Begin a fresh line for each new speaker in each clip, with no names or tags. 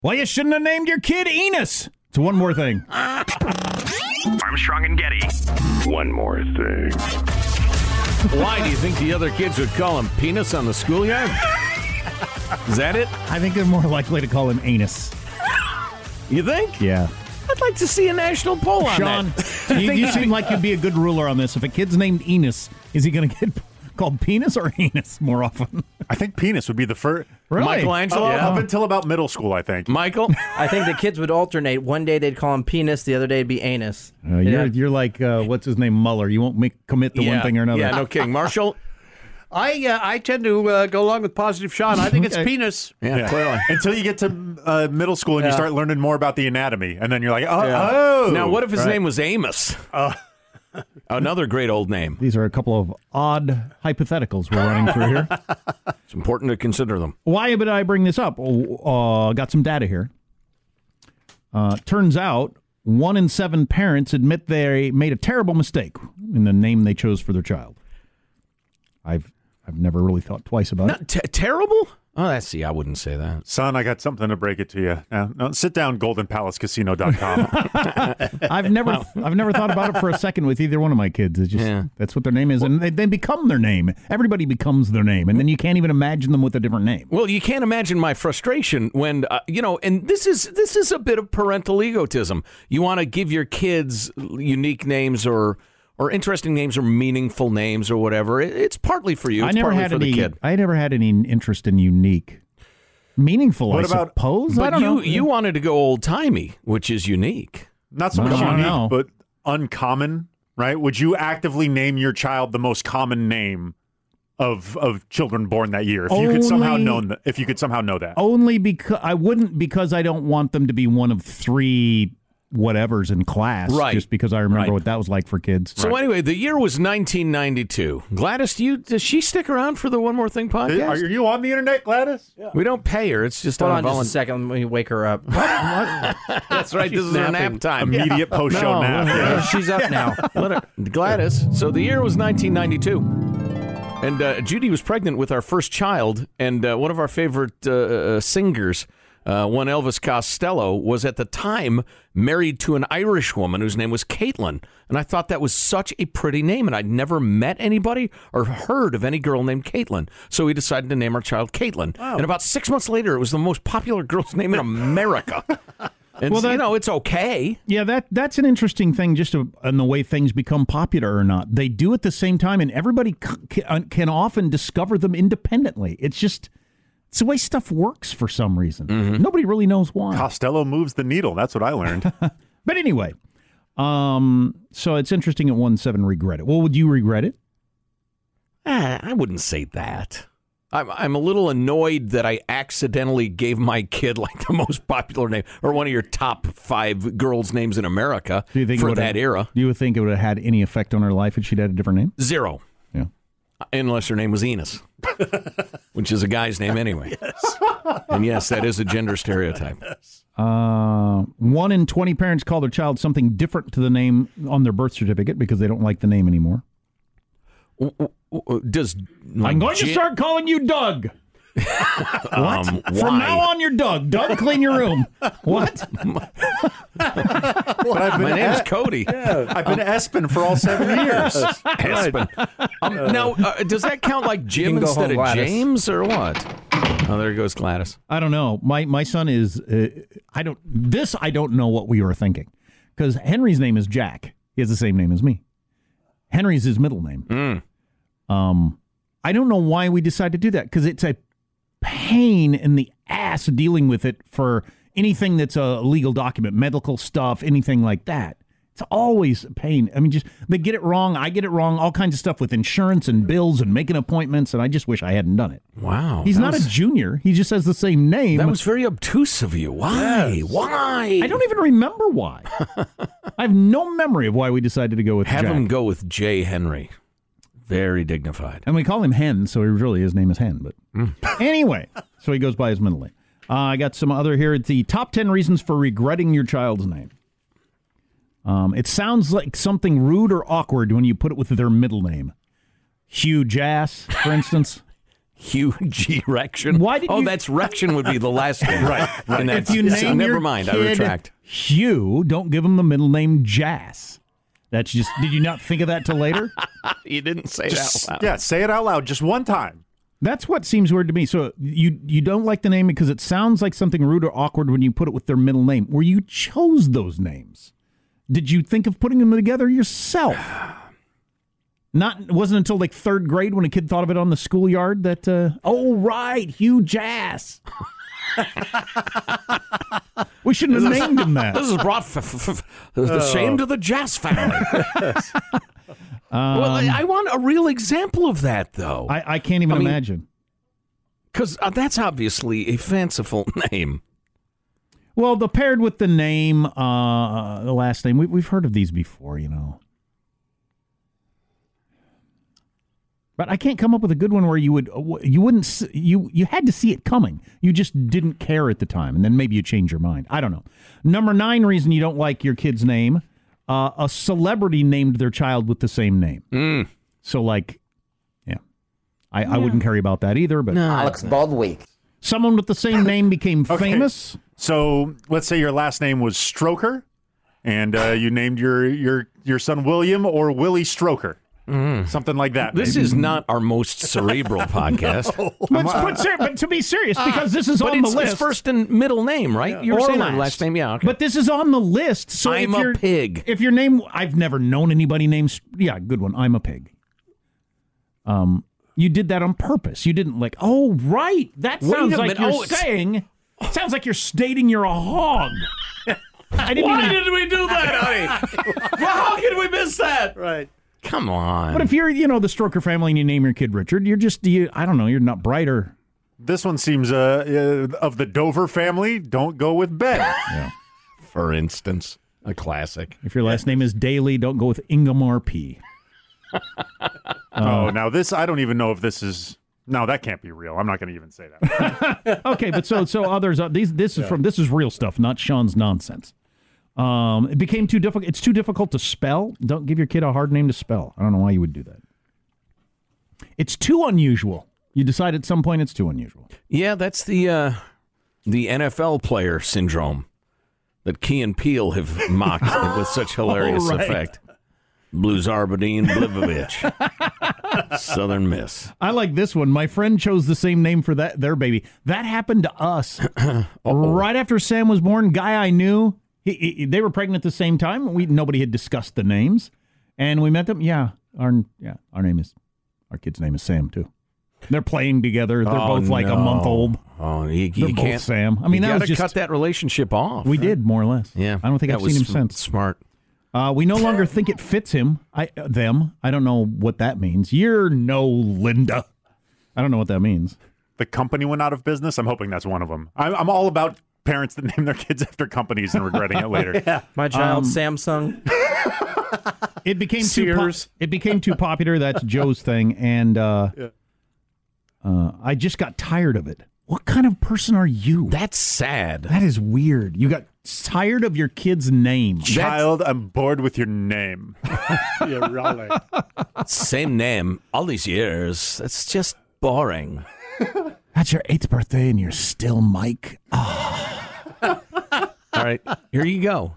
Well, you shouldn't have named your kid Enos. So one more thing.
Armstrong and Getty. One more thing.
Why do you think the other kids would call him penis on the schoolyard? Is that it?
I think they're more likely to call him Anus.
You think?
Yeah.
I'd like to see a national poll on
Sean,
that.
you, you seem like you'd be a good ruler on this. If a kid's named Enos, is he going to get called penis or anus more often?
I think penis would be the first.
Really?
Michelangelo?
Up- Up until about middle school, I think.
Michael?
I think the kids would alternate. One day they'd call him penis, the other day it'd be anus.
Uh, you're,
Yeah.
you're like, uh, what's his name, Mueller. You won't make, commit to one
Yeah.
thing or another.
Yeah, no kidding. Marshall?
I uh, I tend to uh, go along with positive Sean. I think it's
Okay.
penis.
Yeah,
Yeah.
clearly.
Until you get to uh, middle school and you
Yeah.
start learning more about the anatomy, and then you're like, oh, oh.
Uh, Now, what if his
Right.
name was Amos? Another great old name.
These are a couple of odd hypotheticals we're running through here.
It's important to consider them.
Why did I bring this up? Oh, uh, got some data here. Uh, turns out one in seven parents admit they made a terrible mistake in the name they chose for their child. I've I've never really thought twice about it.
Not te- terrible? Oh, that's see, I wouldn't say that.
Son, I got something to break it to you. No, no, sit down, goldenpalacecasino.com.
I've never I've never thought about it for a second with either one of my kids. It's just
Yeah.
that's what their name is, and they, they become their name. Everybody becomes their name, and then you can't even imagine them with a different name.
Well, you can't imagine my frustration when uh, you know, and this is this is a bit of parental egotism. You want to give your kids unique names or or interesting names or meaningful names or whatever. It- It's partly for you.
I
It's
never
partly
had
for
any.
the kid.
I never had any interest in unique, meaningful.
What
I
about-
suppose. I
But
don't
you
know.
you wanted to go old timey, which is unique.
Not so
Well,
much
I don't
unique,
know.
but uncommon, right? Would you actively name your child the most common name of of children born that year if you could somehow
Only- Oh,
know th- if you could somehow know that?
only because I wouldn't because I don't want them to be one of three whatevers in class.
Right.
Just because I remember
Right.
what that was like for kids.
So anyway, the year was 1992. Gladys, do you does she stick around for the One More Thing
Is-
podcast?
Are you on the internet, Gladys? Yeah.
we don't pay her. It's just
Hold
on,
on just a second. Let me wake her up.
That's right. This is her nap time.
Immediate post show nap. yeah.
She's up now.
Let her- Gladys. So the year was 1992. And uh, Judy was pregnant with our first child, and uh, one of our favorite uh, uh, singers, uh, one Elvis Costello, was at the time married to an Irish woman whose name was Caitlin. And I thought that was such a pretty name, and I'd never met anybody or heard of any girl named Caitlin. So we decided to name our child Caitlin. And about six months later, it was the most popular girl's name in America. And,
Well, that-
you know, it's okay.
Yeah, that that's an interesting thing, just to, in the way things become popular or not. They do at the same time, and everybody c- can, can often discover them independently. It's just it's the way stuff works for some reason.
Mm-hmm.
Nobody really knows why.
Costello moves the needle. That's what I learned.
But anyway, um, so it's interesting. At one seven, regret it. Well, would you regret it?
Ah, I wouldn't say that. I'm, I'm a little annoyed that I accidentally gave my kid like the most popular name or one of your top five girls' names in America
Do you think it
for
would've-
that era.
Do you think it would have had any effect on her life if she'd had a different name?
Zero.
Yeah.
Unless her name was Enos, which is a guy's name anyway. And yes, that is a gender stereotype.
Uh, one in 20 parents call their child something different to the name on their birth certificate because they don't like the name anymore.
W- w- w- Does like, Jim-
calling you Doug. what?
Um,
From
why?
now on, you're Doug. Doug, clean your room. what?
But I've been
My name's
a-
Cody.
I've been Espen for all seven years.
Aspen. Um, now, uh, does that count like Jim
can go
instead
home,
of
Gladys.
James or what? Oh, there goes Gladys.
I don't know. My my son is. Uh, I don't. This I don't know what we were thinking, because Henry's name is Jack. He has the same name as me. Henry's his middle name. Um, I don't know why we decided to do that because it's a pain in the ass dealing with it for anything that's a legal document, medical stuff, anything like that. It's always a pain. I mean, just they get it wrong. I get it wrong. All kinds of stuff with insurance and bills and making appointments. And I just wish I hadn't done it.
Wow.
He's
that
not
was-
a junior. He just has the same name.
That was very obtuse of you. Why? Why?
I don't even remember why. I have no memory of why we decided to go with
have
Jack.
him go with Jay Henry. Very dignified.
And we call him Hen, so he really his name is Hen. But
Mm.
anyway, so he goes by his middle name. Uh, I got some other here. It's the top ten reasons for regretting your child's name. Um, it sounds like something rude or awkward when you put it with their middle name. Huge ass, for instance.
huge erection.
Why did
oh,
you-
that's erection would be the last one. right. right.
If you name
never
your
mind, I
kid
retract.
Hugh, don't give him the middle name Jass. That's just. Did you not think of that till later?
You didn't say
Just,
that. Out loud.
yeah, say it out loud just one time.
That's what seems weird to me. So you you don't like the name because it sounds like something rude or awkward when you put it with their middle name. Where you chose those names? Did you think of putting them together yourself? Not it wasn't until like third grade when a kid thought of it on the schoolyard that uh, oh right Hugh Jass. we shouldn't have named him that.
This has brought f- f- f- the
Oh.
shame to the Jazz family. well, I,
Um,
I want a real example of that, though.
I, I can't even
I mean-
imagine.
Because uh, that's obviously a fanciful name.
Well, the paired with the name, uh, the last name, we, we've heard of these before, you know. But I can't come up with a good one where you would uh, you wouldn't s- you you had to see it coming. You just didn't care at the time, and then maybe you change your mind. I don't know. Number nine reason you don't like your kid's name: uh, a celebrity named their child with the same name. So like, yeah, I, I wouldn't care about that either. But uh,
Alex Baldwin.
someone with the same name became
Okay.
famous.
So let's say your last name was Stroker, and uh, you named your your your son William or Willie Stroker, something like that.
Mm. This
maybe.
is not our most cerebral podcast.
But, but, ser- but to be serious, because this is
Uh, But
on
it's,
the
it's
list.
first and middle name, right? You were
Or
saying
last.
our last name, yeah. Okay.
But this is on the list. So
I'm
if
a
your-
pig.
If your name, I've never known anybody named. Yeah, good one. I'm a pig. Um, you did that on purpose. You didn't like. Oh, right. That
Wait a
sounds like
minute.
you're
Oh, it's-
saying. Sounds like you're stating you're a hog. I didn't even.
we do that, honey? well, how could we miss that?
Right.
Come on.
but if you're, you know, the Stroker family and you name your kid Richard, you're just, you, I don't know, you're not brighter.
This one seems uh, uh, of the Dover family. Don't go with Ben.
For instance, a classic.
If your last name is Daly, don't go with Ingemar P.
oh, now this I don't even know if this is. No, that can't be real. I'm not going to even say that.
okay, but so so others are, these this is from this is real stuff, not Sean's nonsense. Um, it became too difficult. It's too difficult to spell. Don't give your kid a hard name to spell. I don't know why you would do that. It's too unusual. You decide at some point it's too unusual.
Yeah, that's the uh, the NFL player syndrome that Key and Peele have mocked with such hilarious
All right.
effect. Blues Arbadine Blivovich. Southern Miss.
I like this one. My friend chose the same name for that their baby. That happened to us right after Sam was born. Guy I knew, he, he- they were pregnant at the same time. We nobody had discussed the names, and we met them. Yeah, our yeah, our name is our kid's name is Sam too. They're playing together. They're
Oh,
both like a month
no.
old.
Oh, you,
They're
you
both
can't.
Sam. I mean,
you
that
gotta
was just
cut that relationship off.
we did more or less.
Yeah,
I don't think
that
I've
was
seen him
sm-
since.
Smart.
Uh, we no longer think it fits him. I uh, them. I don't know what that means. You're no Linda. I don't know what that means.
the company went out of business. I'm hoping that's one of them. I'm, I'm all about parents that name their kids after companies and regretting it later.
My child, Samsung.
It became too po-
Sears.
it became too popular. That's Joe's thing, and uh, uh, I just got tired of it. What kind of person are you?
That's sad.
that is weird. You got tired of your kid's name.
Child, I'm bored with your name.
Yeah, really.
Same name all these years. That's just boring.
That's your eighth birthday, and you're still Mike.
All right, here you go.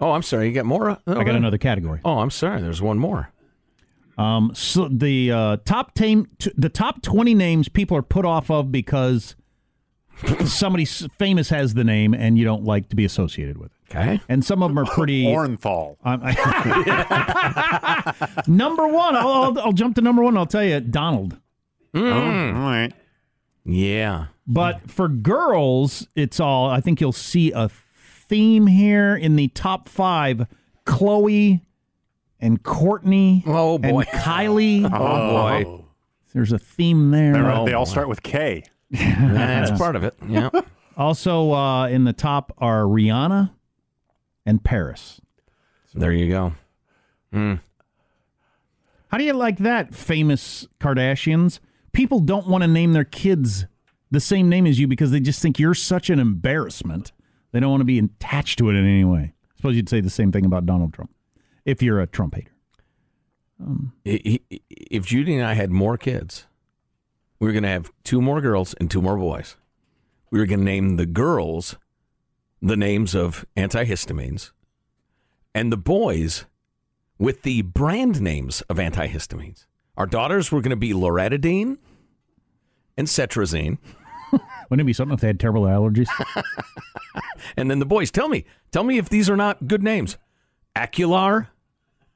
Oh, I'm sorry. You got more? Uh,
I got another category.
Oh, I'm sorry. There's one more.
Um, so the uh, top team, t- the top twenty names people are put off of because somebody s- famous has the name, and you don't like to be associated with it.
Okay.
And some of them are pretty.
Orenthal.
Um, number one, I'll, I'll, I'll jump to number one. I'll tell you, Donald. Hmm.
All right.
Yeah.
But for girls, it's all. I think you'll see a theme here in the top five: Chloe and Courtney.
Oh, boy.
and Kylie.
Oh,
Uh-huh.
boy.
There's a theme there.
They're- they all start with K.
That's part of it. Yeah.
Also uh, in the top are Rihanna and Paris.
there you go.
How do you like that, famous Kardashians? People don't want to name their kids the same name as you because they just think you're such an embarrassment. They don't want to be attached to it in any way. I suppose you'd say the same thing about Donald Trump if you're a Trump hater.
I- I- If Judy and I had more kids, we were going to have two more girls and two more boys. We were going to name the girls the names of antihistamines and the boys with the brand names of antihistamines. Our daughters were going to be loratadine and cetrazine.
Wouldn't it be something if they had terrible allergies?
And then the boys, tell me, tell me if these are not good names. Acular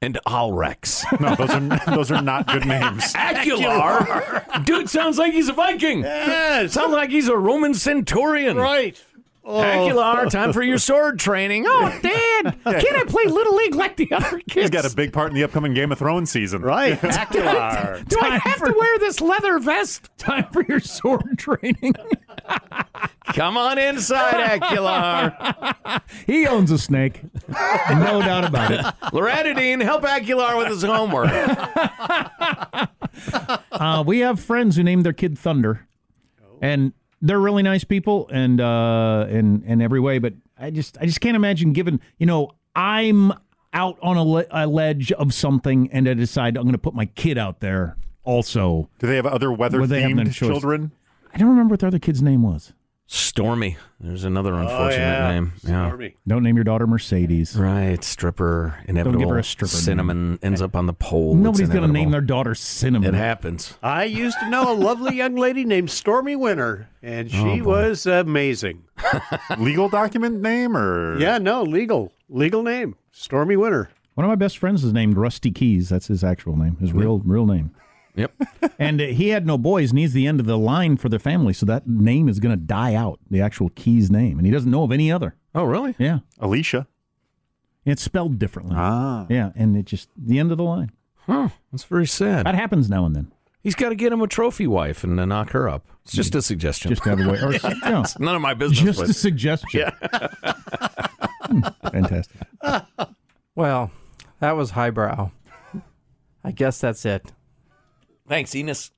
and Alrex.
No, those are those are not good names.
Acular? Dude sounds like he's a Viking.
Yes.
Sounds like he's a Roman centurion.
Right.
Aguilar, time for your sword training. Oh, Dad, can I play Little League like the other kids?
He's got a big part in the upcoming Game of Thrones season.
Right.
Do I have to wear this leather vest?
Time for your sword training.
Come on inside, Aguilar.
he owns a snake, no doubt about it.
Loratadine, help Aguilar with his homework.
Uh, we have friends who named their kid Thunder, and they're really nice people, and uh, in in every way. But I just I just can't imagine giving you know I'm out on a, le- a ledge of something, and I decide I'm going to put my kid out there. Also,
Do they have other weather
Well, they have no
themed
choice.
children?
I don't remember what the other kid's name was.
Stormy. There's another unfortunate name. Yeah.
Stormy.
Don't name your daughter Mercedes.
Right, stripper, inevitable.
give her a stripper name.
Cinnamon ends up on the pole. Oh, It's
Nobody's going to name
inevitable.
their daughter Cinnamon.
It happens.
I used to know a lovely young lady named Stormy Winter, and she was amazing.
Legal document name or
Yeah, no, legal, legal name, Stormy Winter.
One of my best friends is named Rusty Keys. That's his actual name, his real real name.
Yep.
and uh, he had no boys, and he's the end of the line for their family. So that name is going to die out, the actual Keys name, and he doesn't know of any other.
Oh, really?
Yeah,
Alicia?
it's spelled differently.
Ah.
Yeah, and it just the end of the line.
Huh. That's very sad.
That happens now and then.
He's got to get him a trophy wife and uh, knock her up. It's just a suggestion.
Just to have a way, or you know,
None of my business.
just
but-
a suggestion. Hmm, fantastic.
Well, that was highbrow. I guess that's it.
Thanks, Enos.